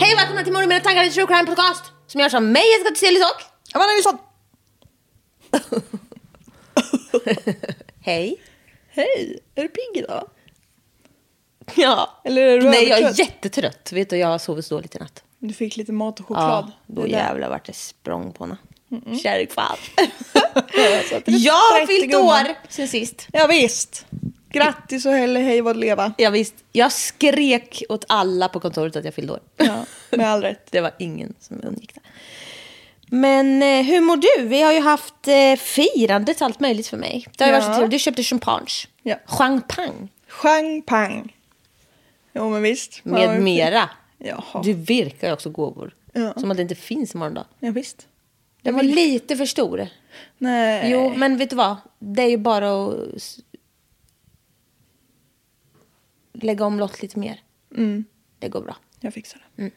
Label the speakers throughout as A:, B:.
A: Hej och välkomna till Morgon med tankar i True Crime Podcast som görs av mig Jessica Thyselius och
B: Amanda Nilsson!
A: Hej.
B: Hej! Är du pigg idag?
A: Ja.
B: Eller är du
A: Nej, jag är
B: övertrött?
A: jättetrött. Vet du, jag har sovit så dåligt i natt.
B: Du fick lite mat och choklad.
A: då
B: Det där.
A: jävlar vart det språng på henne. Kärringfall.
B: Så att det är
A: Jag har
B: 30
A: fyllt
B: gumman.
A: år sen sist.
B: Ja, visst. Grattis och helle, hej vad leva.
A: Ja, visst. Jag skrek åt alla på kontoret att jag fyllde år.
B: Ja, med all rätt.
A: Det var ingen som undgick det. Men eh, hur mår du? Vi har ju haft eh, firandet allt möjligt för mig. Det har ju
B: Ja.
A: varit så trevligt. Du köpte champagne.
B: Ja.
A: Champagne.
B: Chang pang. Jo, men visst. Man har
A: Med
B: ju-
A: mera.
B: Jaha.
A: Du virkar ju också gåvor.
B: Ja.
A: Som att det inte finns imorgon då.
B: Ja, visst.
A: Den var lite för stor.
B: Nej.
A: Jo, men vet du vad? Det är ju bara att s- lägga om lott lite mer.
B: Mm,
A: Det går bra.
B: jag fixar det.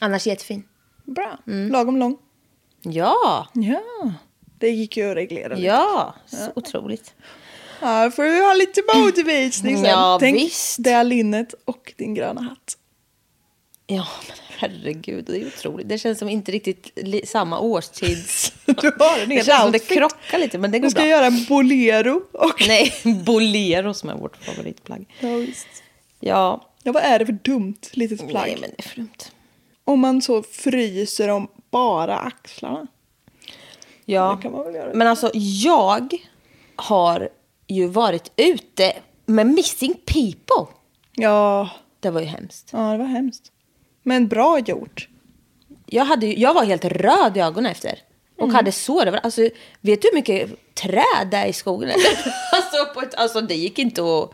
A: Annars jättefin.
B: Bra.
A: Mm.
B: Lagom lång.
A: Ja,
B: Ja. Det gick ju att reglera lite.
A: ja, så otroligt.
B: Ja, får du ha lite motbevisning sen.
A: Ja,
B: Tänk
A: visst.
B: det här linnet och din gröna hatt.
A: Ja, men herregud, det är otroligt. Det känns som inte riktigt li- samma årstids...
B: Du har den
A: det
B: helt
A: känns som det
B: outfit.
A: krockar lite, men det
B: Du
A: går
B: ska
A: bra.
B: göra en bolero och...
A: Nej, bolero som är vårt favoritplagg.
B: Ja, visst.
A: Ja,
B: Ja, vad är det för dumt litet plagg?
A: nej men det är för dumt.
B: Om man så fryser om bara axlarna.
A: Ja,
B: Det kan man väl göra.
A: men alltså jag har ju varit ute med Missing People.
B: Ja,
A: Det var ju hemskt.
B: ja det var hemskt. Men bra gjort.
A: Jag, hade, ju- jag var helt röd i ögonen efter. Och
B: Mm.
A: hade sår över. Alltså, vet du hur mycket träd det är i skogen? eller? alltså, på ett, alltså det gick inte att...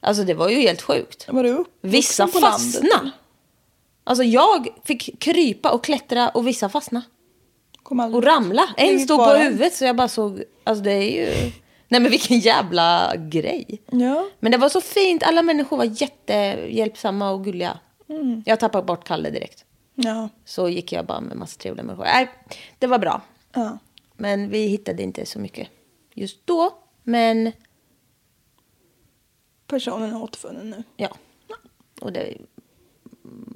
A: Alltså det var ju helt sjukt.
B: Var du uppvuxen
A: Vissa
B: på landet,
A: fastna.
B: eller?
A: Alltså jag fick krypa och klättra och vissa fastna.
B: Kom aldrig
A: Och ramla. En
B: Ingen
A: stod på
B: fara.
A: huvudet så jag bara såg... Alltså det är ju... Nej men vilken jävla grej.
B: Ja.
A: Men det var så fint. Alla människor var jättehjälpsamma och gulliga.
B: Mm.
A: Jag tappade bort Kalle direkt.
B: Ja.
A: Så gick jag bara med massa trevliga människor. Nej, det var bra.
B: ja.
A: Men vi hittade inte så mycket just då. Men
B: Personen är återfunnen nu.
A: ja. Och det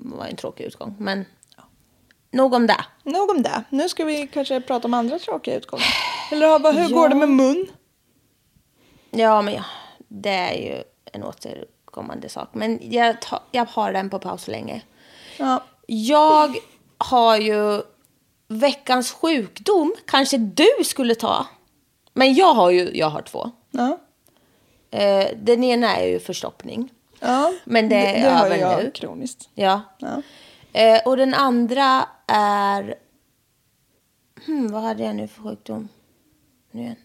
A: var en tråkig utgång. Men nog om det.
B: Nog om det. Nu ska vi kanske prata om andra tråkiga utgångar. Eller ha- vad- hur går det med mun?
A: Ja, men ja, det är ju en återkommande sak. Men jag, ta, jag har den på paus länge.
B: Ja.
A: Jag har ju veckans sjukdom. Kanske du skulle ta. Men jag har ju, jag har två.
B: Ja.
A: Eh, den ena är ju förstoppning.
B: ja.
A: Men det är
B: har
A: över
B: jag
A: nu.
B: kroniskt.
A: Ja.
B: Ja.
A: Eh, och den andra är... Hmm, vad hade jag nu för sjukdom? Nu igen.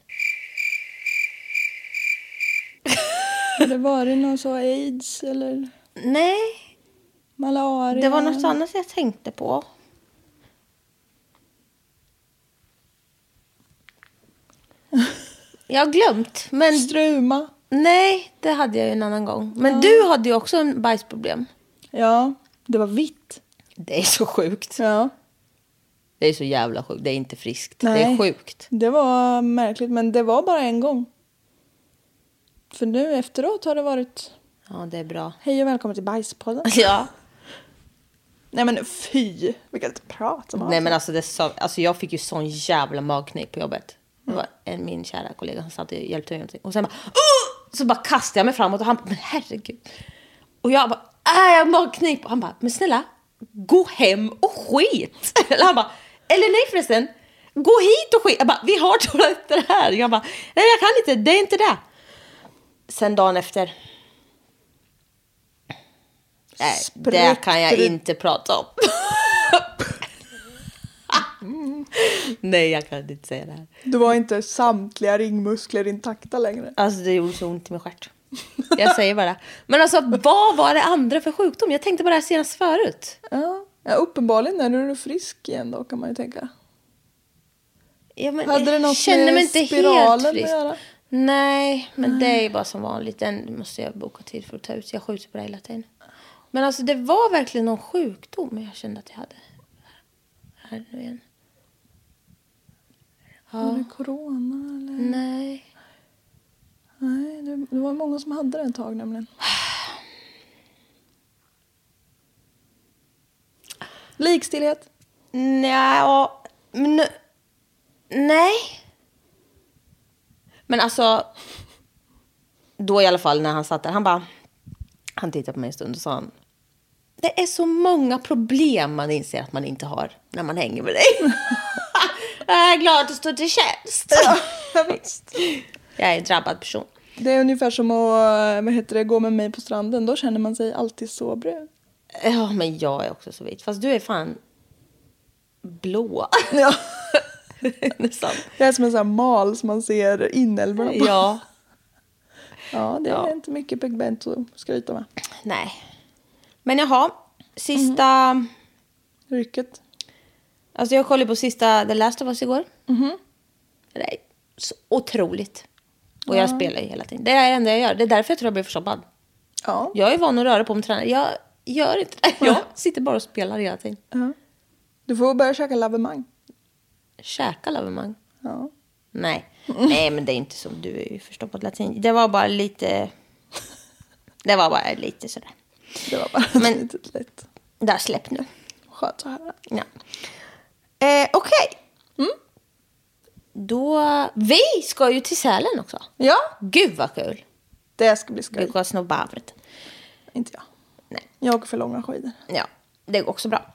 B: Har det varit någon så aids eller
A: Nej,
B: malaria?
A: det var något annat jag tänkte på. Jag har glömt. Men
B: Struma.
A: nej, det hade jag ju en annan gång. Men du hade ju också en bajsproblem.
B: Ja, det var vitt.
A: Det är så sjukt.
B: Ja.
A: Det är så jävla sjukt. Det är inte friskt.
B: Nej.
A: Det är sjukt.
B: Det var märkligt, men det var bara en gång. För nu efteråt har det varit
A: Ja, det är bra.
B: hej och välkommen till Bajspodden.
A: Ja.
B: Nej men fy, vilket prat som
A: Nej men alltså, det sa, alltså jag fick ju sån jävla magknip på jobbet. Det var en, min kära kollega som satt och hjälpte mig med någonting. Och sen bara, "Åh!" så bara kastade jag mig framåt och han bara, men herregud. Och jag bara, "Aj, jag har magknip. Och han bara, men snälla, gå hem och skit. Eller han bara, eller nej förresten, gå hit och skit. Jag bara, vi har toaletter här. Jag bara, nej jag kan inte, det är inte det. Sen dagen efter. Nej, det kan jag
B: Sprutt-
A: inte prata om. Nej, jag kan inte säga det här.
B: Du var inte samtliga ringmuskler intakta längre.
A: Alltså det gjorde så ont i min stjärt. Jag säger bara. Men alltså vad var det andra för sjukdom? Jag tänkte på det här senast förut.
B: Ja, ja uppenbarligen är du frisk igen då kan man ju tänka.
A: Ja, men,
B: Hade det
A: jag
B: något
A: känner
B: med
A: mig inte
B: spiralen
A: helt
B: att
A: frisk.
B: göra?
A: Nej, men det är ju bara som vanligt. Den måste jag boka tid för att ta ut. Jag skjuter på det hela tiden. Men alltså det var verkligen någon sjukdom jag kände att jag hade. Här nu igen.
B: Var det corona eller?
A: Mm. Nej.
B: Nej, det, det var många som hade det ett tag nämligen. Likstillhet.
A: Nja, men... Nej. Men alltså... Då i alla fall när han satt där, han bara... Han tittade på mig en stund och sa han... Det är så många problem man inser att man inte har när man hänger med dig. jag är glad att du står till tjänst. jag är en drabbad person.
B: Det är ungefär som att eh, vad heter det, gå med mig på stranden. Då känner man sig alltid så brun.
A: Ja, men jag är också så vit. Fast du är fan blå.
B: Ja.
A: Nästan.
B: Det är som en sån här mal som man ser inälvorna på.
A: Ja.
B: Ja, det är
A: Ja.
B: inte mycket Peg Bent att skryta med.
A: Nej. Men jaha, sista...
B: Rycket.
A: Alltså jag kollade på sista The Last of Us igår. Det är så otroligt. Och jag spelar ju hela tiden. Det är det enda jag gör. Det är därför jag tror jag blir förstoppad.
B: Ja.
A: Jag är van att röra på mig och träna. Jag gör inte det. Jag sitter bara och spelar hela tiden.
B: ja. Du får börja käka lavemang.
A: Käka lavemang.
B: Ja.
A: Nej. Nej, men det är inte som du är ju förstoppad hela tiden. Det var bara lite... Det var bara lite sådär.
B: Det var bara ett
A: Men-
B: litet lätt.
A: Där, släpp nu.
B: Skönt att höra.
A: Ja. Eh, Okej. Då... Vi ska ju till Sälen också.
B: Ja,
A: Gud vad kul.
B: det ska bli skoj.
A: Du går snobbavret.
B: Inte jag.
A: Nej.
B: Jag åker för långa skidor.
A: Ja, det går också bra.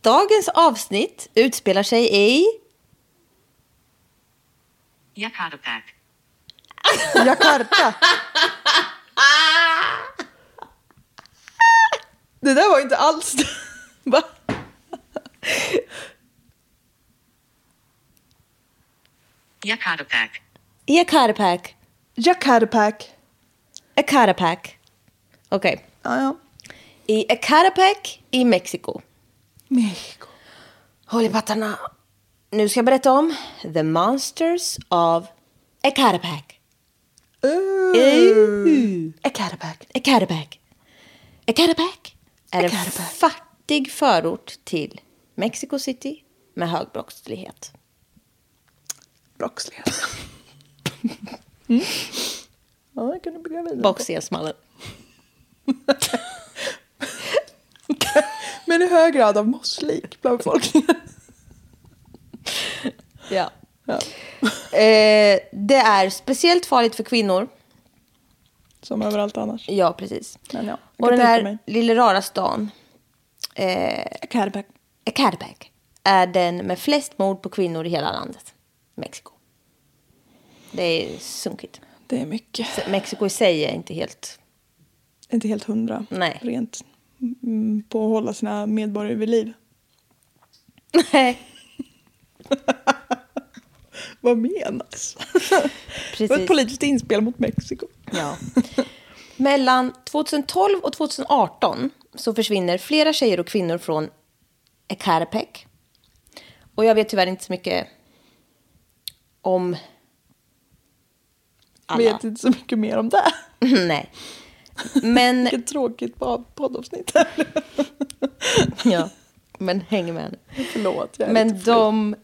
A: Dagens avsnitt utspelar sig i...
C: Yakutapak.
B: Jakarta. Det där var inte alls det. Va?
C: Yakutapak.
A: I Akarapak.
B: Jakarpak.
A: Akarapak. Okej.
B: Ja, ja.
A: I Akarapak i Mexiko.
B: Mexiko.
A: Håll i pattarna. Nu ska jag berätta om The Monsters of Akarapak. Uh.
B: Jakarpak.
A: Akarapak. Akarapak är en
B: Ecatepec.
A: fattig förort till Mexico City med hög brottslighet.
B: Brottslighet. Mm. Ja, jag kunde bygga vidare. på.
A: Boxensmallen.
B: Men i hög grad av mosslik bland befolkningen.
A: Ja. Eh, det är speciellt farligt för kvinnor.
B: Som överallt annars.
A: Ja, precis.
B: Men ja, jag
A: och
B: kan
A: den
B: tänka
A: här
B: mig.
A: lilla rara stan, eh,
B: Jakarpak.
A: Ecatepec, är den med flest mord på kvinnor i hela landet. Mexiko. Det är sunkigt.
B: Det är mycket.
A: Så Mexiko i sig är inte helt...
B: Inte helt hundra.
A: Nej.
B: Rent mm, på att hålla sina medborgare vid liv.
A: Nej,
B: Vad menas? Det var ett
A: precis.
B: politiskt inspel mot Mexiko.
A: Ja. Mellan 2012 och 2018 så försvinner flera tjejer och kvinnor från Ecatepec. Och jag vet tyvärr inte så mycket om alla.
B: Vet inte så mycket mer om det.
A: Nej. Men,
B: Vilket tråkigt pod- poddavsnitt.
A: ja. Men häng med nu.
B: Förlåt. Jag är lite
A: Men
B: fri.
A: de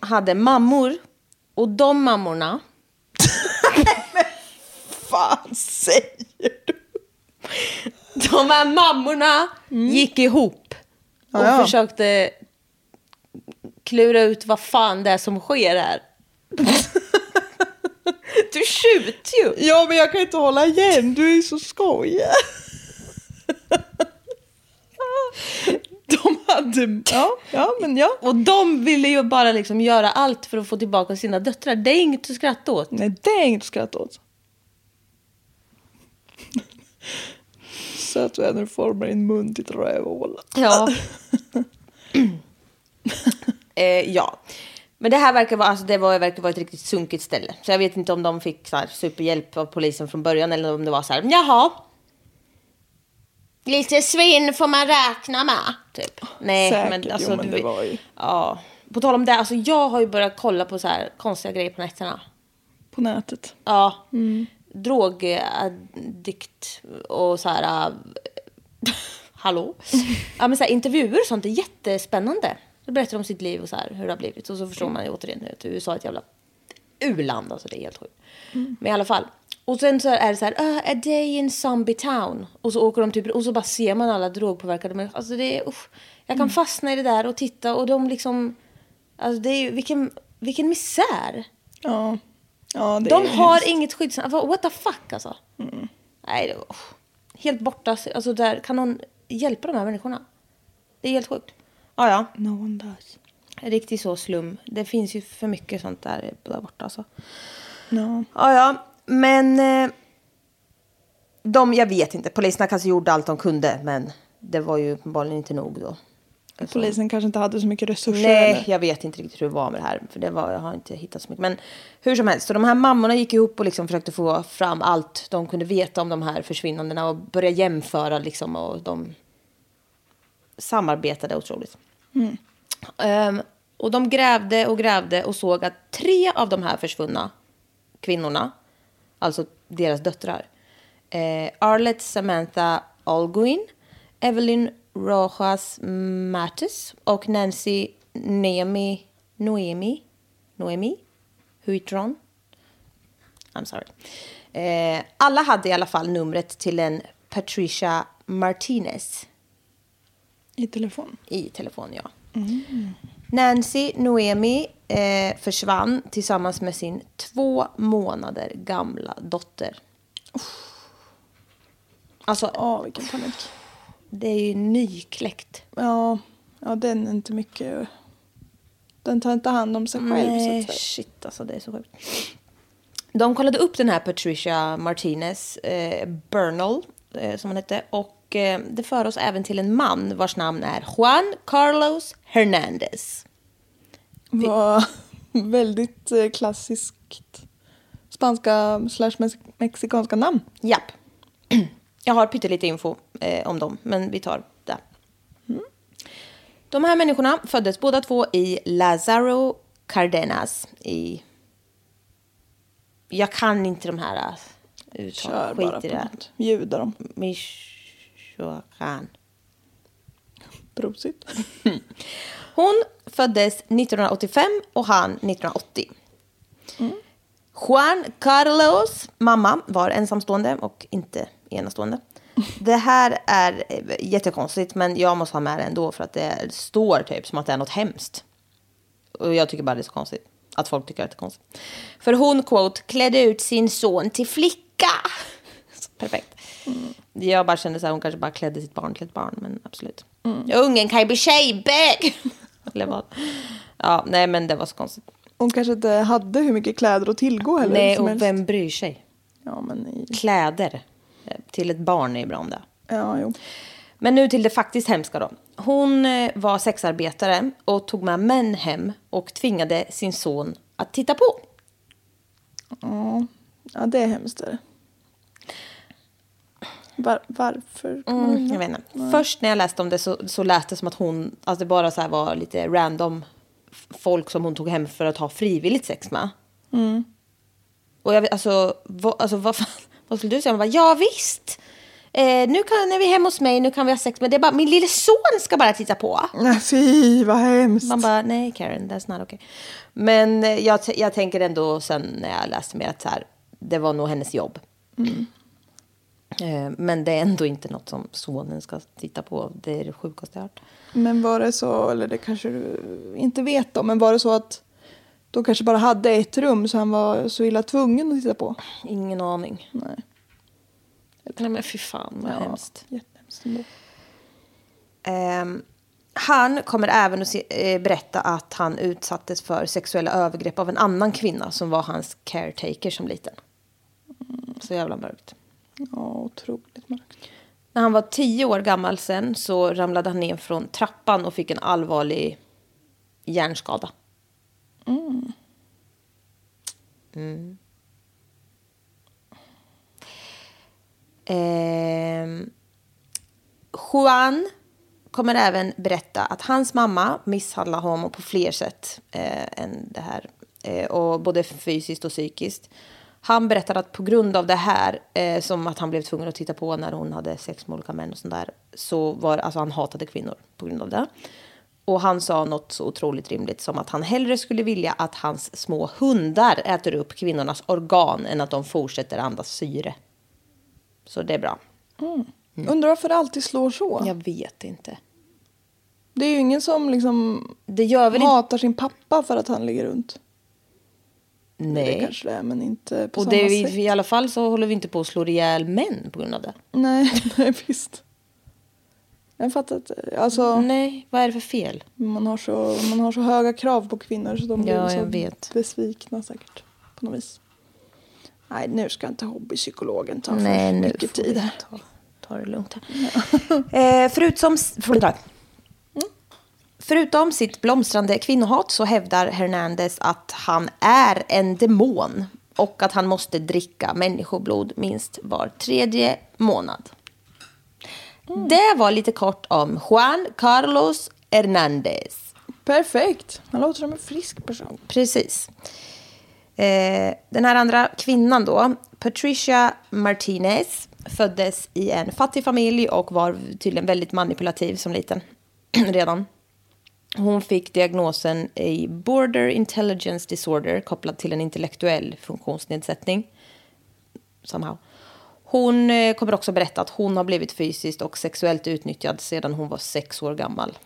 A: hade mammor. Och de mammorna
B: fan säger du?
A: De här mammorna gick ihop och
B: Mm. Ja, ja.
A: försökte klura ut vad fan det är som sker här. du tjuter ju!
B: Ja, men jag kan inte hålla igen. Du är så skojig.
A: De hade...
B: Ja, ja, men ja.
A: Och de ville ju bara liksom göra allt för att få tillbaka sina döttrar. Det är inget att skratta åt.
B: Nej, det är inget att skratta åt. Söt väder formar din mun till ett rövhål.
A: Ja. eh, ja. Men det här verkar vara, alltså det var, verkar vara ett riktigt sunkigt ställe. Så jag vet inte om de fick så här, superhjälp av polisen från början eller om det var så här, jaha. Lite svinn får man räkna med. Typ. Nej,
B: Säkert,
A: men
B: jo,
A: alltså.
B: men
A: du-
B: det var ju-
A: Ja. På tal om det, alltså jag har ju börjat kolla på så här konstiga grejer på nätterna.
B: På nätet.
A: Ja. Drogaddikt och så här... äh, Hallå? Ja, men så här, intervjuer och sånt är jättespännande. De berättar om sitt liv och så här, hur det har blivit. Och så förstår man ju återigen att USA är ett jävla u-land. Alltså, det är helt sjukt. Men i alla fall. Och sen så är det så här, "Ah, a day in zombie town. Och så åker de typ, och så bara ser man alla drogpåverkade människor. Alltså det är, usch. Jag kan fastna i det där och titta och de liksom, alltså det är ju, vilken, vilken misär.
B: Ja. ja det
A: De
B: är
A: har
B: hemskt. Mm.
A: inget skyddsnät. Vad- What the fuck alltså? Nej, det var, oh. Helt borta. Alltså, där, kan någon hjälpa de här människorna? Det är helt sjukt. Ja, ja.
B: No one does.
A: Riktigt så slum. Det finns ju för mycket sånt där, där borta alltså.
B: No.
A: Ja, ja. Men... eh, De, jag vet inte. Poliserna kanske gjorde allt de kunde, men det var ju uppenbarligen inte nog då.
B: Polisen kanske inte hade så mycket resurser.
A: Nej,
B: eller?
A: jag vet inte riktigt hur det var med det här. För det var, jag har inte hittat så mycket. Men hur som helst, så de här mammorna gick ihop och liksom försökte få fram allt de kunde veta om de här försvinnandena och börja jämföra liksom. Och de samarbetade otroligt. Ehm, och de grävde och grävde och såg att tre av de här försvunna kvinnorna, alltså deras döttrar, eh, Arlette Samantha Alguin, Evelyn Rojas Mattis och Nancy Noemi, Noemi, Noemi Huitron. I'm sorry. Eh, alla hade i alla fall numret till en Patricia Martinez
B: I telefon.
A: i telefon, ja.
B: Mm.
A: Nancy Noemi eh, försvann tillsammans med sin två månader gamla dotter. Alltså,
B: Ja, vilken panik.
A: det är ju nykläckt.
B: Ja, ja, den är inte mycket. Den tar inte hand om sig själv.
A: Nej,
B: så att säga.
A: shit alltså, det är så sjukt. De kollade upp den här Patricia Martinez eh, Bernal, eh, som hon hette. Och eh, det för oss även till en man vars namn är Juan Carlos Hernandez.
B: Var väldigt eh, klassiskt spanska slash mex- mexikanska namn.
A: Japp. Jag har pyttelite info eh, om dem, men vi tar det.
B: Mm.
A: De här människorna föddes båda två i Lazaro Cardenas i... Jag kan inte de här äh,
B: Kör
A: uttalen.
B: bara
A: Skit i
B: på
A: det.
B: något. Bjuda dem.
A: Michoacán.
B: Prosit.
A: Hon föddes 1985 och han 1980. Juan Carlos mamma var ensamstående och inte enastående. Det här är eh, jättekonstigt, men jag måste ha med det ändå för att det står typ som att det är något hemskt. Och jag tycker bara det är så konstigt att folk tycker att det är konstigt. För hon, quote, klädde ut sin son till flicka. Så Perfekt.
B: Mm.
A: Jag bara kände så här, hon kanske bara klädde sitt barn till ett barn, men absolut.
B: Mm.
A: Ungen kan ju bli tjejbög! Eller vad? Ja, nej men det var så konstigt.
B: Hon kanske inte hade hur mycket kläder att tillgå heller.
A: nej,
B: som
A: och
B: helst.
A: vem bryr sig?
B: Ja, men i...
A: Kläder eh, till ett barn är ju bra om det.
B: Ja, jo.
A: Men nu till det faktiskt hemska då. Hon eh, var sexarbetare och tog med män hem och tvingade sin son att titta på.
B: Ja, ja det är hemskt. Där. Var, varför? kommer hon
A: Mm,
B: undan?
A: jag vet inte. Först när jag läste om det så, så lät det som att hon, alltså det bara så här var lite Mm. random f- folk som hon tog hem för att ha frivilligt sex med. Och jag, vet- alltså, vad, alltså, vad, fan, vad skulle du säga? Hon bara, ja visst. Eh, nu kan, när vi är hemma hos mig, nu kan vi ha sex. Men det är bara, min lille son ska bara titta på.
B: Nej, fy vad hemskt.
A: Man bara, nej Karen, that's not okay. Men eh, jag, t- jag tänker ändå sen när jag läste mer att så här, det var nog hennes jobb. Mm. Eh, Men det är ändå inte något som sonen ska titta på. Det är det sjukaste jag har hört.
B: Men var det så, eller det kanske du inte vet då, men var det så att de kanske bara hade ett rum så han var så illa tvungen att titta på?
A: Ingen aning.
B: Nej.
A: Nej men fy fan vad hemskt.
B: Jättehemskt ändå.
A: Ehm, han kommer även att se, eh, berätta att han utsattes för sexuella övergrepp av en annan kvinna som var hans caretaker som liten. Så jävla mörkt.
B: Ja, otroligt mörkt.
A: När han var tio år gammal sen så ramlade han ner från trappan och fick en allvarlig hjärnskada. Mm. Ehm, Juan kommer även berätta att hans mamma misshandlade honom på fler sätt eh, än det här. Eh, och både fysiskt och psykiskt. Han berättar att på grund av det här, eh, som att han blev tvungen att titta på när hon hade sex med olika män och sånt där, så var alltså han hatade kvinnor på grund av det. Och han sa något så otroligt rimligt som att han hellre skulle vilja att hans små hundar äter upp kvinnornas organ än att de fortsätter andas syre. Så det är bra.
B: Undrar varför det alltid slår så?
A: Jag vet inte.
B: Det är ju ingen som liksom
A: Det gör väl inte...
B: hatar sin pappa för att han ligger runt. Eller Det
A: Nej.
B: kanske det är, men inte på
A: Och
B: samma
A: det,
B: sätt.
A: i, i alla fall så håller vi inte på att slå ihjäl män på grund av det.
B: Nej, nej, visst. Jag fattar inte. Alltså,
A: Nej, vad är det för fel?
B: man, har så, man har så höga krav på kvinnor så de blir
A: Ja,
B: så
A: jag vet.
B: besvikna säkert. På något vis. Nej, nu ska inte hobbypsykologen ta
A: Nej,
B: för
A: nu
B: mycket
A: får
B: tid
A: vi
B: här.
A: ta, ta det lugnt. här. eh, förutom, förlåt,
B: Mm.
A: förutom sitt blomstrande kvinnohat så hävdar Hernandez att han är en demon och att han måste dricka människoblod minst var tredje månad.
B: Mm.
A: Det var lite kort om Juan Carlos Hernandez.
B: Perfekt! Han låter som en frisk person.
A: Precis. Eh, den här andra kvinnan då, Patricia Martinez, föddes i en fattig familj och var tydligen väldigt manipulativ som liten redan. Hon fick diagnosen i Border Intelligence Disorder kopplad till en intellektuell funktionsnedsättning. Somehow. Hon eh, kommer också berätta att hon har blivit fysiskt och sexuellt utnyttjad sedan hon var sex år gammal.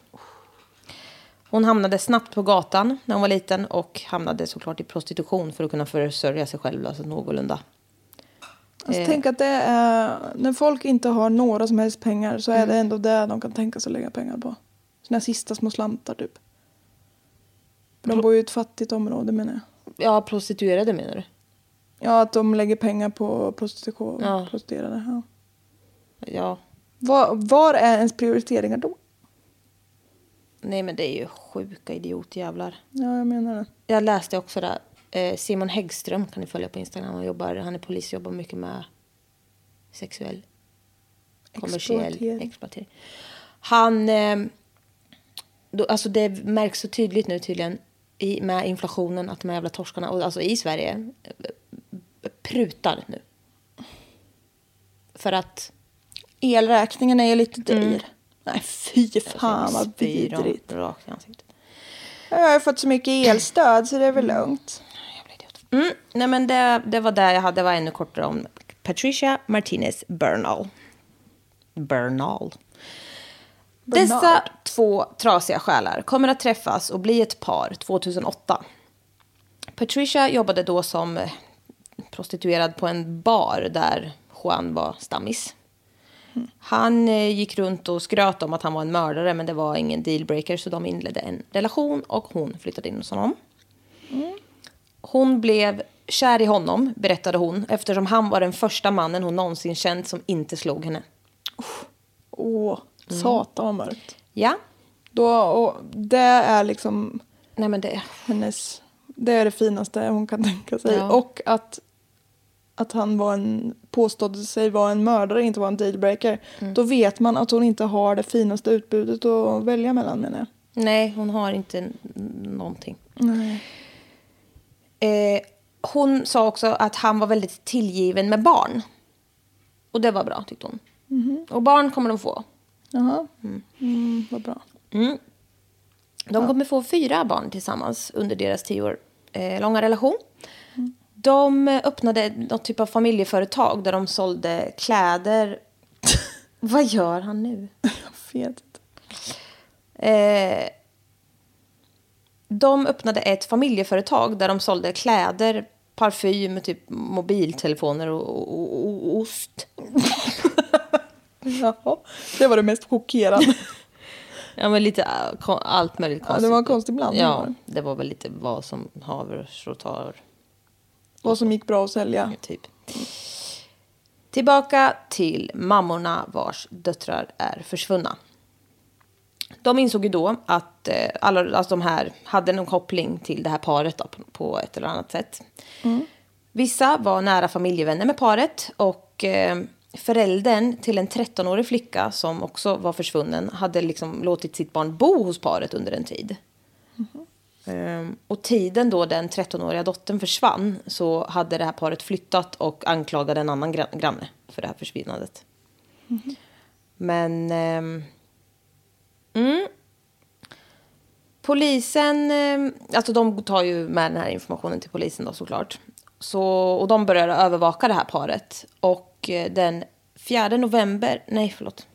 A: Hon hamnade snabbt på gatan när hon var liten och hamnade såklart i prostitution för att kunna försörja sig själv alltså någorlunda.
B: Alltså, Tänk att det är, när folk inte har några som helst pengar så är det ändå det de kan tänka sig att lägga pengar på. Sina sista små slantar typ. För de bor ju i ett fattigt område menar jag.
A: Ja, prostituerade menar du?
B: Ja, att de lägger pengar på prostitution.
A: Ja.
B: prostituerade. Ja.
A: Ja.
B: Var, var är ens prioriteringar då?
A: Nej, men det är ju sjuka idiotjävlar.
B: Ja, jag menar det.
A: Jag läste också där. eh, Simon Häggström kan ni följa på Instagram. Han, jobbar, han är polis och jobbar mycket med sexuell, kommersiell
B: Exploatering.
A: exploatering. Han... Eh, då, alltså det märks så tydligt nu tydligen i, med inflationen att de här jävla torskarna, och alltså i Sverige, eh, prutar nu. För att...
B: Elräkningen är ju lite dyr. Nej, fy Mm. fan vad
A: spyr de
B: vidrigt.
A: Rakt i ansiktet.
B: Jag har ju fått så mycket elstöd så det är väl lugnt.
A: Mm, nej men det, det var det jag hade. Det var ännu kortare om Patricia Martinez Bernal. Bernal. Dessa
B: Bernard.
A: två trasiga själar kommer att träffas och bli ett par 2008. Patricia jobbade då som eh, prostituerad på en bar där Juan var stammis. Han eh, gick runt och skröt om att han var en mördare men det var ingen dealbreaker så de inledde en relation och hon flyttade in hos honom. Hon blev kär i honom, berättade hon, eftersom han var den första mannen hon någonsin känt som inte slog henne.
B: Åh, satan vad mörkt.
A: Ja,
B: Då, och det är liksom
A: nej men det...
B: hennes... Det är det finaste hon kan tänka sig.
A: Ja.
B: Och att, att han var en, påstod sig vara en mördare, inte var en dealbreaker. Då vet man att hon inte har det finaste utbudet att välja mellan menar jag.
A: Nej, hon har inte n- någonting.
B: Nej.
A: Eh, hon sa också att han var väldigt tillgiven med barn. Och det var bra tyckte hon. Och barn kommer de få.
B: Jaha. Mm, vad bra.
A: De kommer få fyra barn tillsammans under deras tio år eh, långa relation.
B: Mm.
A: De öppnade något typ av familjeföretag där de sålde kläder. Vad gör han nu?
B: Jag vet inte.
A: Eh, de öppnade ett familjeföretag där de sålde kläder, parfym, typ mobiltelefoner och, och, och, och ost.
B: Jaha. Det var det mest chockerande.
A: Ja, men lite äh, kon- allt möjligt
B: Ja,
A: konstigt.
B: det var en konstig blandning.
A: Ja,
B: var det.
A: det var väl lite vad som haver och tar,
B: Vad som gick bra att sälja.
A: typ. Tillbaka till mammorna vars döttrar är försvunna. De insåg ju då att eh, alla alltså de här hade någon koppling till det här paret då, på- på ett eller annat sätt. Vissa var nära familjevänner med paret och eh, föräldern till en 13-årig flicka som också var försvunnen hade liksom låtit sitt barn bo hos paret under en tid. Ehm, och tiden då den 13-åriga dottern försvann så hade det här paret flyttat och anklagade en annan gran- granne för det här försvinnandet. Men... ehm, mm. Polisen, ehm, alltså de tar ju med den här informationen till polisen då såklart. Så, och de börjar övervaka det här paret. Och eh, den 4 november, nej förlåt,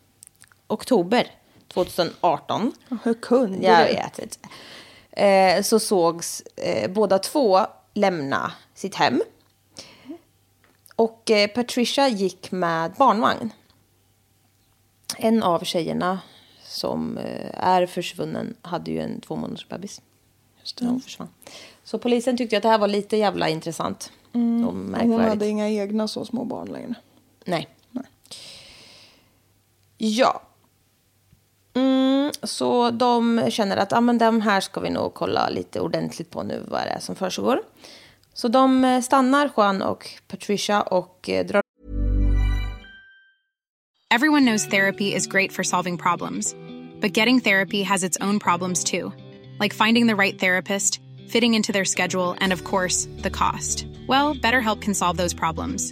A: oktober 2018
B: Hur kunde
A: jag
B: du?
A: vet inte. Eh, så sågs eh, båda två lämna sitt hem. Och eh, Patricia gick med barnvagn. En av tjejerna som eh, är försvunnen hade ju en två månaders bebis.
B: Just
A: när Hon
B: det.
A: försvann. Så polisen tyckte att det här var lite jävla intressant. Och
B: Mm. Hon
A: märkvärdigt.
B: hade inga egna så små barn längre.
A: Nej. Ja. Mm, så de känner att ah, men de här ska vi nog kolla lite ordentligt på nu vad det är som försiggår. Så de eh, stannar Juan och Patricia och eh, drar
D: Everyone knows therapy is great for solving problems, but getting therapy has its own problems too, like finding the right therapist, fitting into their schedule, and of course, the cost. Well, BetterHelp can solve those problems.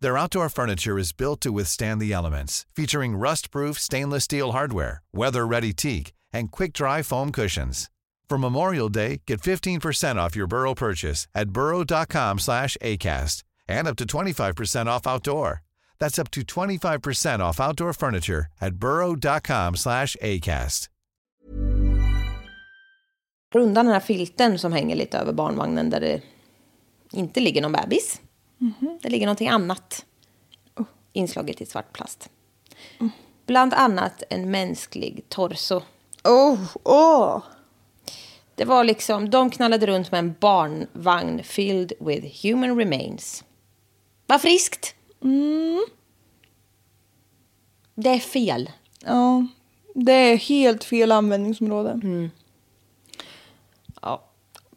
E: Their outdoor furniture is built to withstand the elements, featuring rust-proof stainless steel hardware, weather-ready teak, and quick-dry foam cushions. For Memorial Day, get 15% off your Burrow purchase at burrow.com/acast and up to 25% off outdoor. That's up to 25% off outdoor furniture at burrow.com/acast.
A: undan den här filten som hänger lite över barnvagnen där det inte ligger någon bebis. Det ligger någonting annat inslaget i svart plast. Bland annat en mänsklig torso.
B: Oh, åh!
A: Det var liksom, de knallade runt med en barnvagn filled with human remains. Vad friskt! Det är fel.
B: Ja, det är helt fel användningsområde.
A: Ja.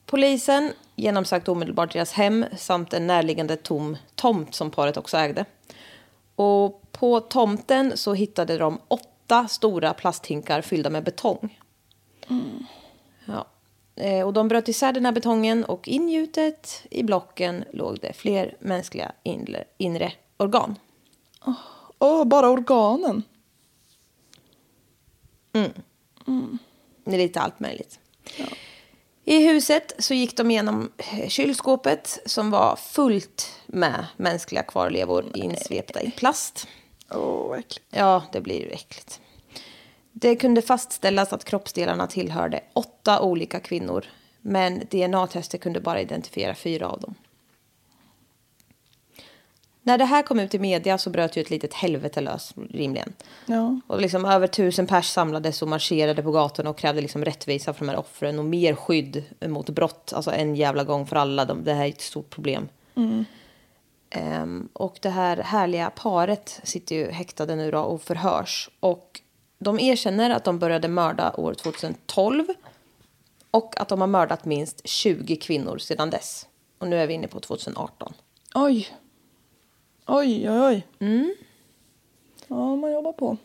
A: Polisen genomsökte omedelbart deras hem samt en närliggande tom tomt som paret också ägde. Och på tomten så hittade de åtta stora plasthinkar fyllda med betong. Ja. Eh, Och de bröt isär den här betongen och ingjutet i blocken låg det fler mänskliga inre, inre organ.
B: Åh, bara organen.
A: Det är lite allt möjligt. I huset så gick de igenom eh, kylskåpet som var fullt med mänskliga kvarlevor insvepta i plast.
B: Åh, oh, äckligt.
A: Ja, det blir ju äckligt. Det kunde fastställas att kroppsdelarna tillhörde åtta olika kvinnor. Men DNA-tester kunde bara identifiera fyra av dem. När det här kom ut i media så bröt ju ett litet helvete lös, rimligen.
B: Ja.
A: Och liksom över tusen pers samlades och marscherade på gatorna och krävde liksom rättvisa för de här offren och mer skydd mot brott. Alltså en jävla gång för alla. De, det här är ett stort problem. Ehm, och det här härliga paret sitter ju häktade nu då och förhörs. Och de erkänner att de började mörda år 2012 och att de har mördat minst 20 kvinnor sedan dess. Och nu är vi inne på 2018.
B: Oj. Oj, oj, oj.
A: Mm.
B: Ja, man jobbar på.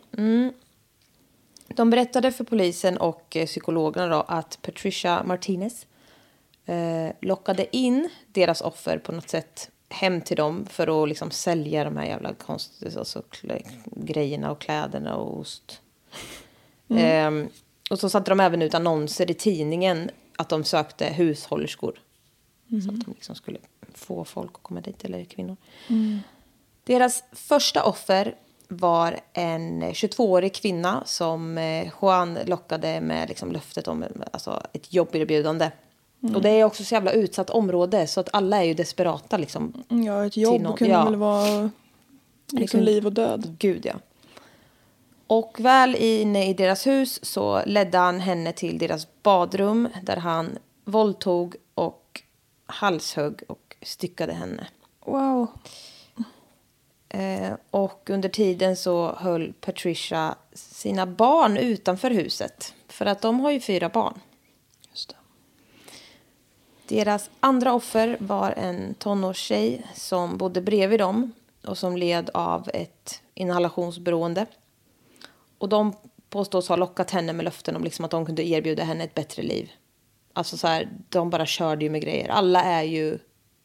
A: De berättade för polisen och eh, psykologerna då att Patricia Martinez eh, lockade in deras offer på något sätt hem till dem för att liksom sälja de här jävla konst, alltså, kl- grejerna och kläderna och ost. Eh, och så satte de även ut annonser i tidningen att de sökte hushållerskor. Så att de liksom skulle få folk att komma dit, eller kvinnor. Deras första offer var en 22-årig kvinna som eh, Juan lockade med liksom löftet om eh, alltså, ett jobberbjudande. Och det är också så jävla utsatt område så att alla är ju desperata liksom.
B: Ja, ett jobb
A: Till någon-
B: kunde
A: ja.
B: väl vara liksom
A: kunde-
B: liv och död.
A: Gud ja. Och väl inne i deras hus så ledde han henne till deras badrum där han våldtog och halshögg och styckade henne.
B: Wow.
A: Eh, och under tiden så höll Patricia sina barn utanför huset. För att de har ju fyra barn.
B: Just det.
A: Deras andra offer var en tonårstjej som bodde bredvid dem och som led av ett inhalationsberoende. Och de påstås ha lockat henne med löften om liksom att de kunde erbjuda henne ett bättre liv. Alltså så här, de bara körde ju med grejer. Alla är ju,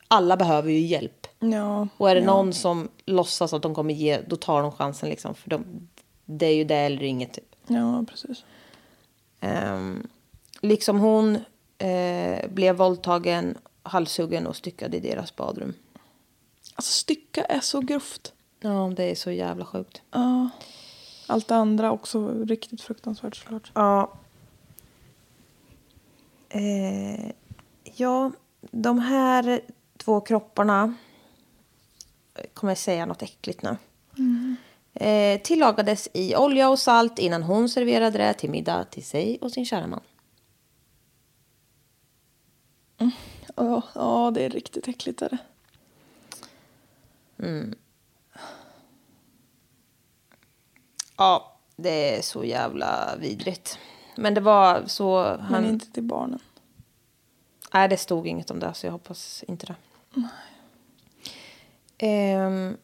A: alla behöver ju hjälp.
B: Ja.
A: Och är det
B: ja.
A: någon som låtsas att de kommer ge, då tar de chansen liksom. För de, det är ju det eller inget typ.
B: Ja, precis.
A: Ehm, liksom hon eh, blev våldtagen, halshuggen och styckad i deras badrum.
B: Alltså stycka är så grovt.
A: Ja, det är så jävla sjukt.
B: Ja. Allt det andra också riktigt fruktansvärt såklart.
A: Ja. Eh, ja, de här två kropparna eh, kommer jag säga något äckligt nu. Eh, tillagades i olja och salt innan hon serverade det till middag till sig och sin kära man.
B: Ja, ja det är riktigt äckligt är det.
A: Ja, det är så jävla vidrigt. Men det var så...
B: Men
A: Han,
B: inte till barnen.
A: Nej, det stod inget om det, så jag hoppas inte det. Ehm,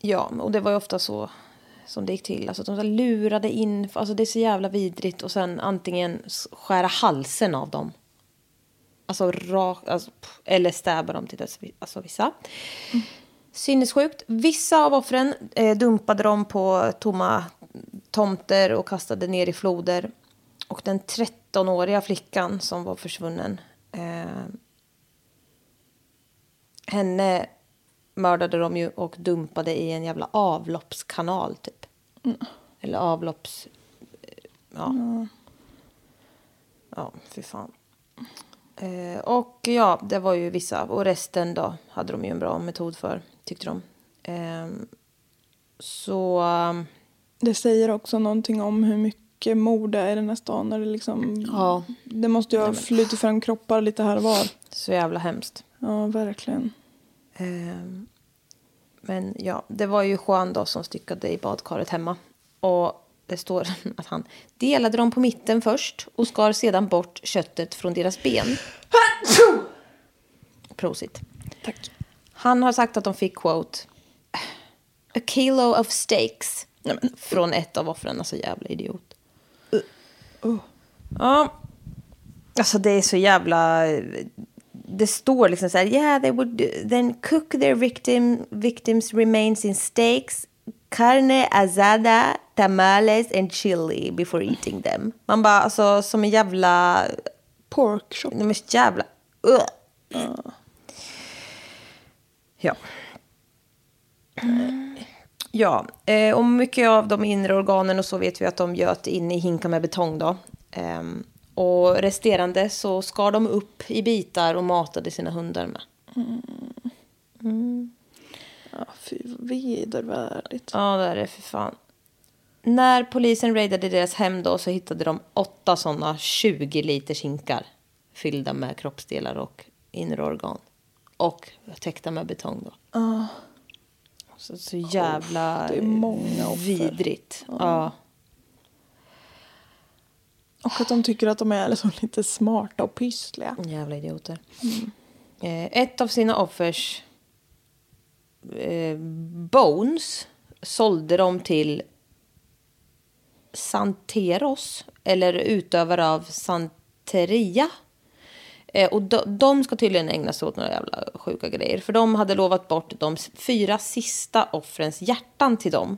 A: ja, och det var ju ofta så som det gick till. Alltså, de så här lurade in... Alltså, det är så jävla vidrigt. Och sen antingen s- skära halsen av dem. Alltså, rak, alltså pff, Eller stäba dem till dess, alltså vissa. Sinnessjukt. Vissa av offren eh, dumpade dem på tomma tomter och kastade ner i floder. Och den 13-åriga flickan som var försvunnen, eh, henne mördade de ju och dumpade i en jävla avloppskanal typ. Eller avlopps... eh, Ja. Ja, fy fan. Eh, och ja, det var ju vissa. Och resten då hade de ju en bra metod för, tyckte de. Ehm, så... ehm,
B: Det säger också någonting om hur mycket mord det är i den här stan. När det, liksom,
A: Ja.
B: det måste ju ha flutit fram kroppar lite här och var.
A: Så jävla hemskt.
B: Ja, verkligen.
A: Ehm, men ja, det var ju Juan då som styckade i badkaret hemma. Och det står att han delade dem på mitten först och skar sedan bort köttet från deras ben. Prosit.
B: Tack.
A: Han har sagt att de fick quote A kilo of steaks Nej, men, från ett av offren. Alltså jävla idiot. Ja. Uh, Alltså det är så jävla... Det står liksom så här, yeah they would then cook their victim, victims remains in steaks, carne asada, tamales and chili before eating them. Man bara, alltså som en jävla...
B: Pork chop.
A: De är så jävla... Ugh. Ja. Ja, eh, och mycket av de inre organen och så vet vi att de göt in i hinkar med betong då. Ehm, och resterande så skar de upp i bitar och matade sina hundar med.
B: Ja, fy vad vedervärdigt.
A: Ja, det är det för fan. När polisen raidade deras hem då så hittade de åtta sådana 20 liters hinkar fyllda med kroppsdelar och inre organ. och täckta med betong då. Så, så jävla
B: Ah. det är många offer.
A: vidrigt. Ja.
B: Och att de tycker att de är liksom lite smarta och pyssliga.
A: Jävla idioter. Eh, ett av sina offers eh, bones sålde de till Santeros eller utövare av Santeria. Eh, och de, de ska tydligen ägna sig åt några jävla sjuka grejer. För de hade lovat bort de s- fyra sista offrens hjärtan till dem.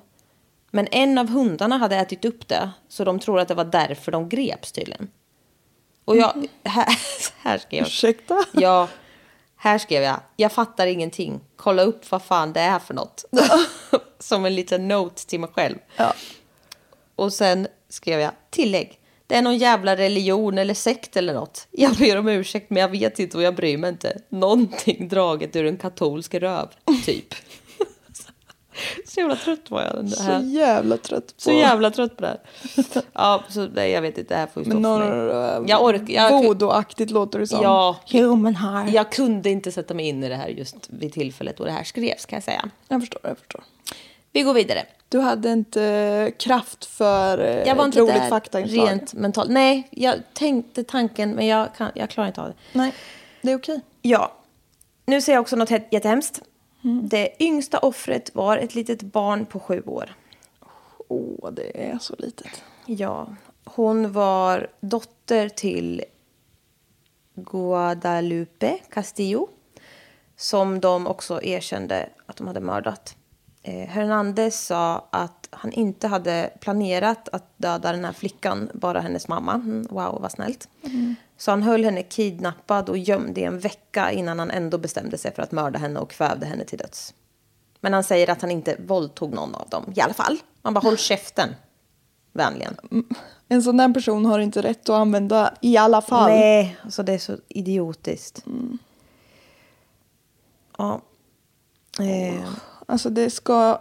A: Men en av hundarna hade ätit upp det, så de tror att det var därför de greps tydligen. Och jag... Här, här skrev jag...
B: Ursäkta?
A: Ja, här skrev jag. Jag fattar ingenting. Kolla upp vad fan det är för något. Som en liten note till mig själv.
B: Ja.
A: Och sen skrev jag tillägg. Det är någon jävla religion eller sekt eller något. Jag ber om ursäkt men jag vet inte och jag bryr mig inte. Någonting draget ur en katolsk röv, typ. Så jävla trött var jag. på Det
B: Så
A: här.
B: jävla trött på...
A: Så jävla trött på det här. Ja, så nej, jag vet inte. Det här får ju stå
B: Men
A: för mig.
B: någon...
A: Jag orkar- jag-
B: eh, Voodoo-aktigt låter det som.
A: Ja.
B: Human heart.
A: Jag kunde inte sätta mig in i det här just vid tillfället då det här skrevs kan jag säga.
B: Jag förstår, jag förstår.
A: Vi går vidare.
B: Du hade inte eh, kraft för eh,
A: Jag var
B: ett
A: inte
B: roligt
A: där
B: faktainslag.
A: rent mentalt. Nej, jag tänkte tanken men jag, kan, jag klarar inte av det.
B: Nej, det är okej.
A: Ja. Nu ser jag också något he- jättehemskt. Det yngsta offret var ett litet barn på sju år.
B: Åh, det är så litet.
A: Ja. Hon var dotter till Guadalupe Castillo som de också erkände att de hade mördat. Eh, Hernandez sa att han inte hade planerat att döda den här flickan, bara hennes mamma. Mm, Wow, vad snällt. Så han höll henne kidnappad och gömde i en vecka innan han ändå bestämde sig för att mörda henne och kvävde henne till döds. Men han säger att han inte våldtog någon av dem, i alla fall. Man bara, håll käften. Vänligen.
B: En sån där person har inte rätt att använda i alla fall.
A: Nej, alltså det är så idiotiskt. Ja. Eh,
B: Alltså det ska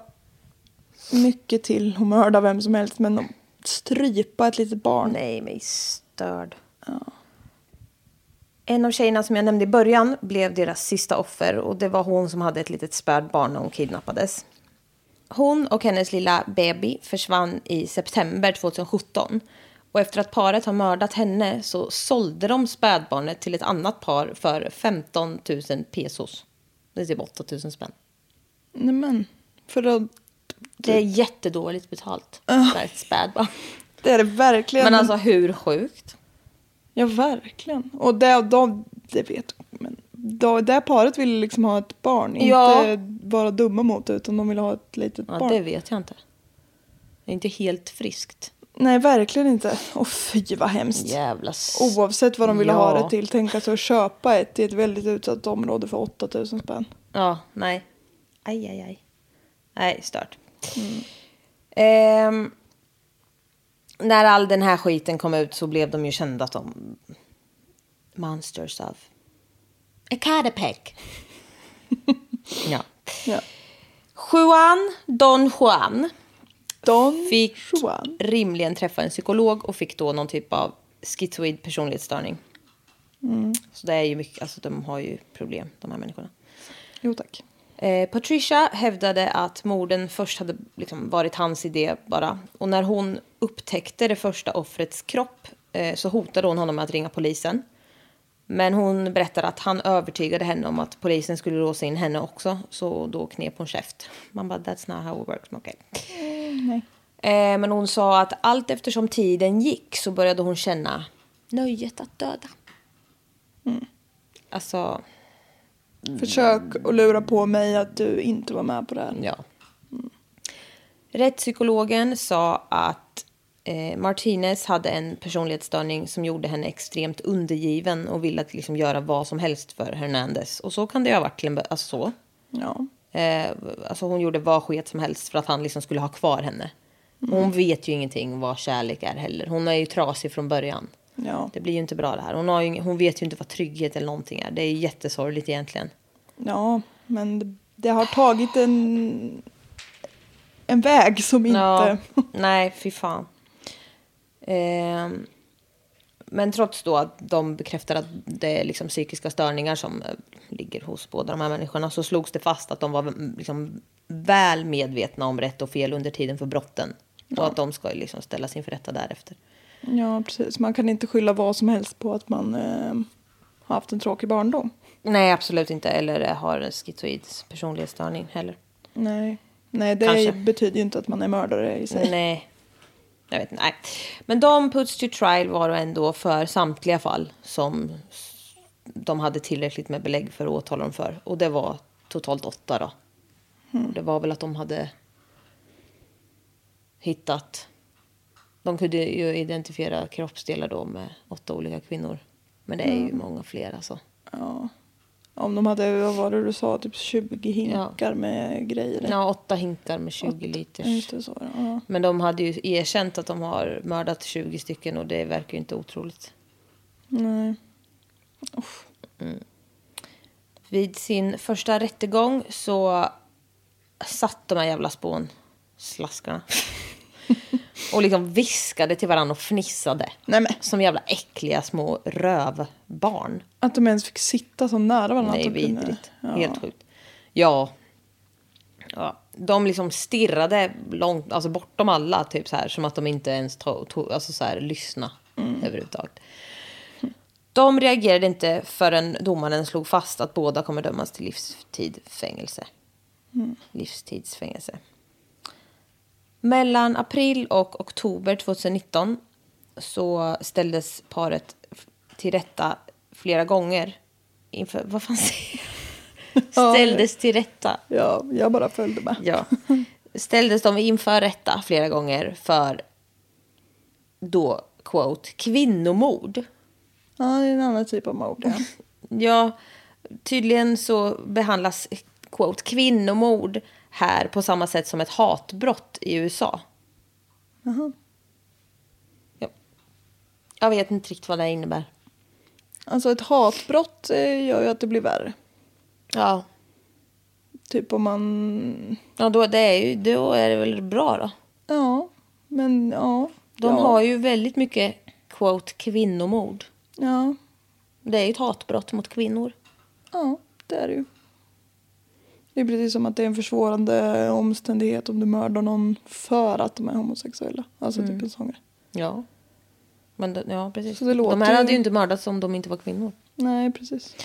B: mycket till att mörda vem som helst men att strypa ett litet barn.
A: nej, mig störd. En av tjejerna som jag nämnde i början blev deras sista offer och det var hon som hade ett litet spädbarn när hon kidnappades. Hon och hennes lilla baby försvann i september 2017. Och efter att paret har mördat henne så sålde de spädbarnet till ett annat par för 15 000 pesos. Det är typ 8 000 spänn.
B: Nej men, för att,
A: Det är
B: Typ.
A: jättedåligt betalt
B: Ah.
A: för ett spädbarn.
B: det är det verkligen.
A: Men alltså hur sjukt?
B: Ja, verkligen. Och det, de, det vet men de, det paret ville liksom ha ett barn.
A: Ja.
B: Inte vara dumma mot det utan de ville ha ett litet
A: Ja,
B: barn.
A: det vet jag inte. Det är inte helt friskt.
B: Nej, verkligen inte. Och fy vad hemskt.
A: Jävla s-
B: Oavsett vad de ville
A: Ja.
B: ha det till, tänka sig att köpa ett i ett väldigt utsatt område för 8000 spänn.
A: Ja, nej. Aj, aj, aj. Nej, stört.
B: Mm.
A: Ehm, när all den här skiten kom ut så blev de ju kända som monsters of a catapec. ja.
B: Ja.
A: Juan Don Juan
B: Don
A: fick
B: Juan.
A: rimligen träffa en psykolog och fick då någon typ av schizoid personlighetsstörning. Så det är ju mycket, alltså de har ju problem, de här människorna.
B: Jo tack.
A: Eh, Patricia hävdade att morden först hade liksom varit hans idé bara. Och när hon upptäckte det första offrets kropp eh, så hotade hon honom med att ringa polisen. Men hon berättade att han övertygade henne om att polisen skulle låsa in henne också. Så då knep hon käft. Man bara, that's not how it works. Men okej. Eh, men hon sa att allt eftersom tiden gick så började hon känna nöjet att döda. Alltså,
B: Mm. Försök att lura på mig att du inte var med på det här.
A: Ja. Rättspsykologen sa att eh, Martinez hade en personlighetsstörning som gjorde henne extremt undergiven och ville att liksom göra vad som helst för Hernandez. Och så kan det ju ha varit till en bö- alltså så.
B: Ja.
A: Eh, alltså hon gjorde vad sket som helst för att han liksom skulle ha kvar henne. Hon vet ju ingenting vad kärlek är heller. Hon är ju trasig från början.
B: Ja.
A: Det blir ju inte bra det här. Hon, har ju, ing- hon vet ju inte vad trygghet eller någonting är. Det är ju jättesorgligt egentligen.
B: ja, men det, det har tagit en, en väg som inte...
A: nej, fy fan. Ehm, Men trots då att de bekräftar att det är liksom psykiska störningar som eh, ligger hos båda de här människorna så slogs det fast att de var mm, liksom väl medvetna om rätt och fel under tiden för brotten. Och att de ska ju liksom ställas inför rätta därefter.
B: Ja, precis. Man kan inte skylla vad som helst på att man eh, har haft en tråkig barndom.
A: Nej, absolut inte. Eller eh, har en schizoid personlighetsstörning heller.
B: Nej, Nej det
A: Kanske.
B: betyder ju inte att man är mördare i sig.
A: Nej. Jag vet inte. Nej. Men de puts to trial var och en då för samtliga fall som s- de hade tillräckligt med belägg för att åtala dem för. Och det var totalt åtta då. Det var väl att de hade hittat... De kunde ju identifiera kroppsdelar då med åtta olika kvinnor. Men det är ju många fler alltså.
B: Ja. Om de hade, vad var det du sa, typ 20 hinkar med grejer. i.
A: Ja, åtta hinkar med 20
B: Ja,
A: liters.
B: Just det, så. Ja.
A: Men de hade ju erkänt att de har mördat 20 stycken och det verkar ju inte otroligt.
B: Nej.
A: Mm. Vid sin första rättegång så satt de här jävla spån, slaskarna. och liksom viskade till varandra och fnissade.
B: Nej, men.
A: Som jävla äckliga små rövbarn.
B: Att de ens fick sitta så nära varandra.
A: Nej,
B: att de kunde-
A: vidrigt.
B: Ja.
A: Helt sjukt. Ja. ja. De liksom stirrade långt, alltså bortom alla, typ så här, som att de inte ens to- to- alltså så här, lyssna
B: Mm.
A: överhuvudtaget. De reagerade inte förrän domaren slog fast att båda kommer dömas till livstid fängelse. Livstidsfängelse. Mellan april och oktober 2019 så ställdes paret f- till rätta flera gånger. Inför, vad fan säger jag? Ställdes till rätta.
B: Ja, jag bara följde med.
A: Ja. Ställdes de inför rätta flera gånger för då, quote, kvinnomord.
B: Ja, det är en annan typ av mord. Ja.
A: Ja, tydligen så behandlas quote, kvinnomord här på samma sätt som ett hatbrott i USA. Ja. Jag vet inte riktigt vad det här innebär.
B: Alltså ett hatbrott eh, gör ju att det blir värre.
A: Ja,
B: Typ om man...
A: ja då, det är ju, då är det väl bra då.
B: Ja, men ja.
A: De
B: ja.
A: har ju väldigt mycket quote, kvinnomord.
B: Ja,
A: Det är ju ett hatbrott mot kvinnor.
B: ja det är det ju. Det är precis som att det är en försvårande omständighet om du mördar någon för att de är homosexuella. Alltså
A: Mm.
B: typ en sån grej.
A: Ja. Men, de- ja, precis.
B: Så det låter
A: De här hade
B: ju-
A: ju inte mördats om de inte var kvinnor.
B: Nej, precis.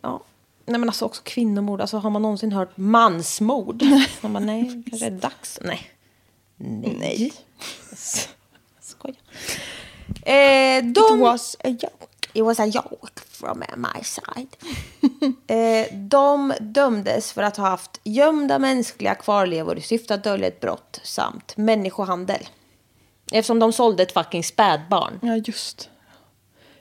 A: Ja. Nej men alltså också kvinnomord. Alltså har man någonsin hört mansmord? Man bara nej, kanske är det dags. Nej. Nej. nej. Skoja. Eh, de...
B: It was a joke.
A: It was a joke from my side. eh, de dömdes för att ha haft gömda mänskliga kvarlevor i syfte att dölja ett brott samt människohandel. Eftersom de sålde ett fucking spädbarn.
B: Ja, just.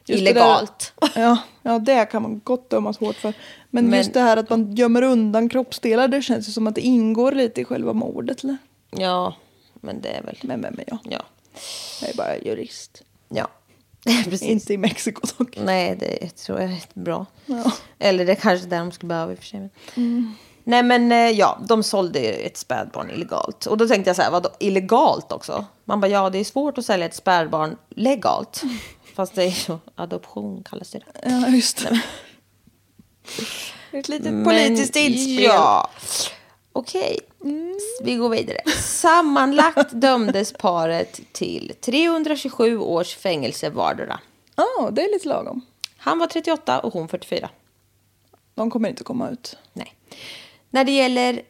B: det där-
A: Illegalt.
B: Ja, ja, det kan man gott dömas hårt för. Men,
A: Men-
B: just det här att man gömmer undan kroppsdelar, det känns ju som att det ingår lite i själva mordet. Eller?
A: Ja, men det är väl...
B: Men vem är jag?
A: Ja.
B: Jag är bara jurist.
A: Ja. Precis.
B: Inte i Mexiko dock.
A: Nej, det tror jag är bra.
B: Ja. Mm.
A: Eller det är kanske där de skulle behöva i och för sig. men- Nej, men eh, ja, de sålde ju ett spädbarn illegalt. Och då tänkte jag så här, vadå illegalt också? Man bara, ja, det är svårt att sälja ett spädbarn legalt. Fast det är ju så, adoption kallas det.
B: Ja, just det. Ett litet politiskt
A: Men-
B: inspel. Mm.
A: Ja. Okej, S- vi går vidare. Sammanlagt dömdes paret till 327 års fängelse vardera.
B: Ja, det är lite lagom.
A: Han var 38 och hon 44.
B: De kommer inte komma ut.
A: Nej. När det gäller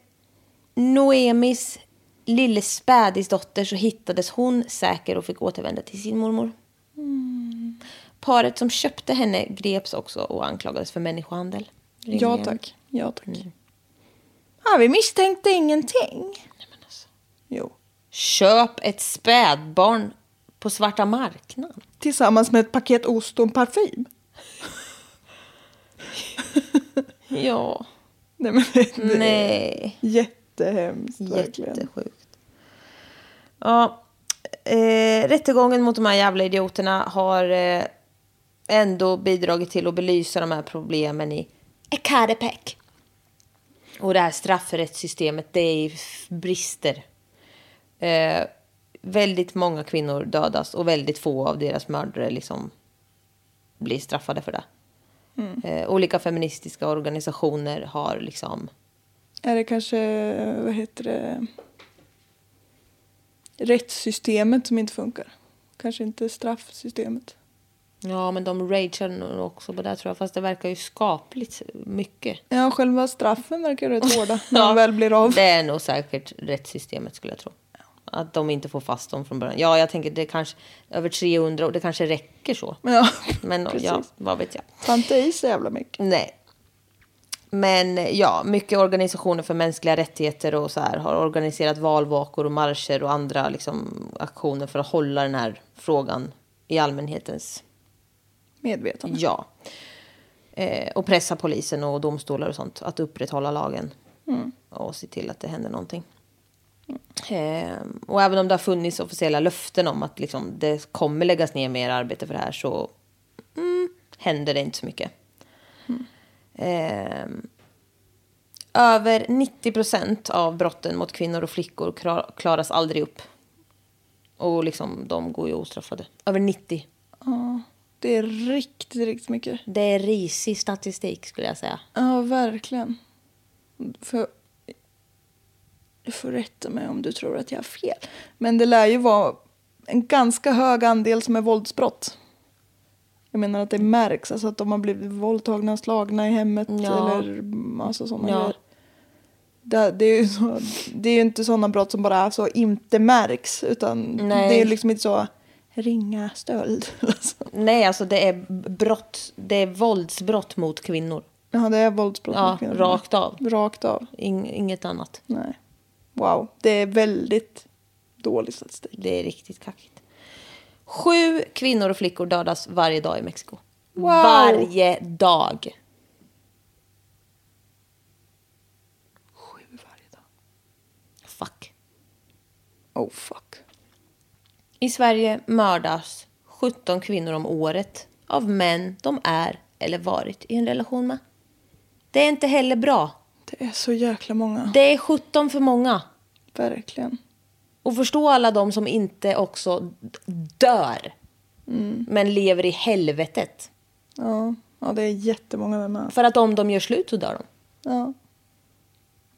A: Noemis lille spädisdotter så hittades hon säker och fick återvända till sin mormor.
B: Mm.
A: Paret som köpte henne greps också och anklagades för människohandel.
B: Ja tack. Ja tack. Ja, vi misstänkte ingenting.
A: alltså.
B: Jo.
A: Köp ett spädbarn på svarta marknaden.
B: Tillsammans med ett paket ost och en parfym.
A: Ja.
B: Nej men det
A: Mm.
B: är
A: Nej.
B: jättehemskt verkligen.
A: Jättesjukt. Ja, eh, rättegången mot de här jävla idioterna har eh, ändå bidragit till att belysa de här problemen i Ecatepec. Och det här straffrättssystemet, det är ju f- brister. Eh, väldigt många kvinnor dödas och väldigt få av deras mördare liksom blir straffade för det. Eh, olika feministiska organisationer har liksom...
B: Är det kanske, vad heter det, rättssystemet som inte funkar? Kanske inte straffsystemet.
A: Ja, men de ragear nog också på det tror jag. Fast det verkar ju skapligt mycket.
B: Ja, själva straffen verkar rätt hårda när de väl blir av.
A: Det är nog säkert rättssystemet skulle jag tro. Att de inte får fast dem från början. Ja, jag tänker det kanske över 300 och det kanske räcker så.
B: Ja,
A: Men
B: precis.
A: ja, vad vet jag.
B: Ta inte i så jävla mycket.
A: Nej. Men ja, mycket organisationer för mänskliga rättigheter och så här har organiserat valvakor och marscher och andra liksom, aktioner för att hålla den här frågan i allmänhetens
B: Medvetande.
A: ja. Eh, och pressa polisen och domstolar och sånt att upprätthålla lagen och se till att det händer någonting. Eh, och även om det har funnits officiella löften om att liksom, det kommer läggas ner mer arbete för det här så mm, händer det inte så mycket. Ehm, över 90 procent av brotten mot kvinnor och flickor klar, klaras aldrig upp. Och liksom, de går ju ostraffade. Över 90.
B: Ja, det är riktigt, riktigt mycket.
A: Det är risig statistik skulle jag säga.
B: Ja, verkligen. För, du får rätta mig om du tror att jag har fel. Men det lär ju vara en ganska hög andel som är våldsbrott. Jag menar att det märks, alltså att de har blivit våldtagna, slagna i hemmet
A: Ja.
B: eller mm, alltså sådana
A: Ja.
B: grejer. Det, det, är ju så, det är ju inte sådana brott som bara så inte märks utan
A: Nej.
B: det är liksom inte så ringa stöld. Alltså.
A: Nej, alltså det är brott. Det är våldsbrott mot kvinnor.
B: Ja, det är våldsbrott
A: Ja,
B: mot kvinnor.
A: rakt av.
B: Rakt av.
A: Ing- inget annat.
B: Nej. Wow, det är väldigt dålig statistik.
A: Det är riktigt kackigt. Sju kvinnor och flickor dödas varje dag i Mexiko.
B: Wow.
A: Varje dag.
B: Sju varje dag.
A: Fuck.
B: Oh fuck.
A: I Sverige mördas 17 kvinnor om året av män de är eller varit i en relation med. Det är inte heller bra.
B: Det är så jäkla många.
A: Det är 17 för många.
B: Verkligen.
A: Och förstå alla de som inte också d- dör. Men lever i helvetet.
B: Ja. ja, det är jättemånga där med.
A: För att om de gör slut så dör de.
B: Ja.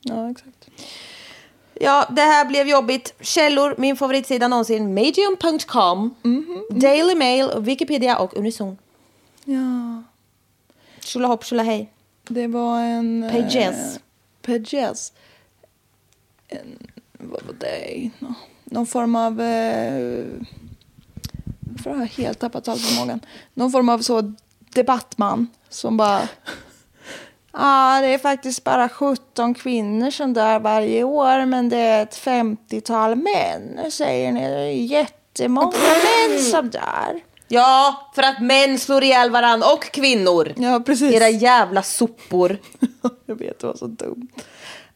B: Ja, exakt.
A: Ja, det här blev jobbigt. Källor, min favoritsida någonsin, medium.com, Daily Mail, Wikipedia och Unison.
B: Ja.
A: Tjolahopp, tjolahej.
B: Det var en... eh,
A: Pages.
B: Pages. En, vad var det? Nå- Någon form av... Eh, varför har jag helt tappat all förmågan? Någon form av så debattman som bara... Ja, ah, det är faktiskt bara 17 kvinnor som dör varje år men det är ett 50-tal män, säger ni. Det är jättemånga män som dör.
A: Ja, för att män slår ihjäl varann och kvinnor.
B: Ja, precis.
A: Era jävla sopor.
B: jag vet, det var så dumt.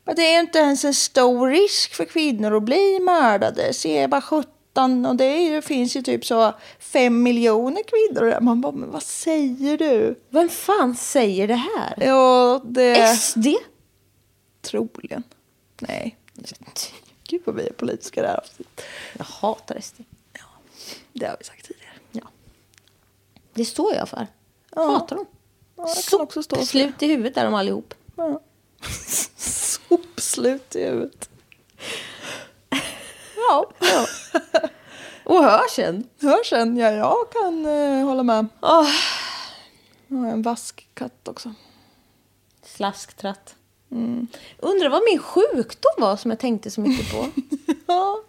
B: Men det är inte ens en stor risk för kvinnor att bli mördade. Se bara 17 och det är ju, finns ju typ så 5 miljoner kvinnor. där. Man bara, men vad säger du?
A: Vem fan säger det här?
B: Ja, det...
A: SD?
B: Troligen. Nej. Gud vad vi är politiska det här avsnittet.
A: Jag hatar SD.
B: Det har vi sagt tidigare.
A: Ja. Det står jag för.
B: Ja.
A: Hatar dem.
B: Ja, jag kan också stå för det.
A: Slut i huvudet där de allihop.
B: Ja. Sopslut i huvudet.
A: Ja. och hör sen. Ah.
B: Hör sen, ja jag kan eh, hålla med.
A: Åh.
B: Jag har en vask katt också.
A: Slasktratt. Mm. Undrar vad min sjukdom var som jag tänkte så mycket på.
B: Ja,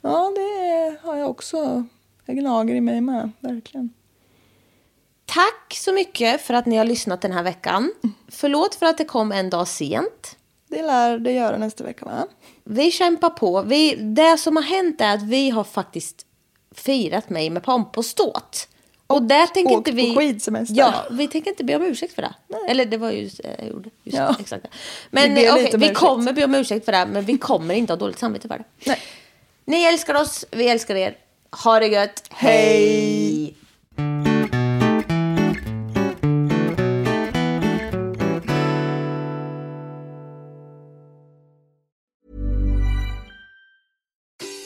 B: ja det har jag också. Jag gnager i mig med, verkligen.
A: Tack så mycket för att ni har lyssnat den här veckan. Förlåt för att det kom en dag sent.
B: Det lär det göra nästa vecka, va?
A: Vi kämpar på. Vi, det som har hänt är att vi har faktiskt firat mig med pompa och ståt. Och, där tänker
B: åkt
A: inte vi...
B: på skidsemester.
A: Ja, vi tänker inte be om ursäkt för det. Eller det var ju eh, jag gjorde. Just,
B: Ja.
A: exakt. det. Men
B: Vi ber
A: eh,
B: lite
A: okej,
B: om
A: vi
B: ursäkt.
A: kommer be om ursäkt för det, men vi kommer inte ha dåligt samvete för det.
B: Nej.
A: Ni älskar oss, vi älskar er. Ha det gött. Hej.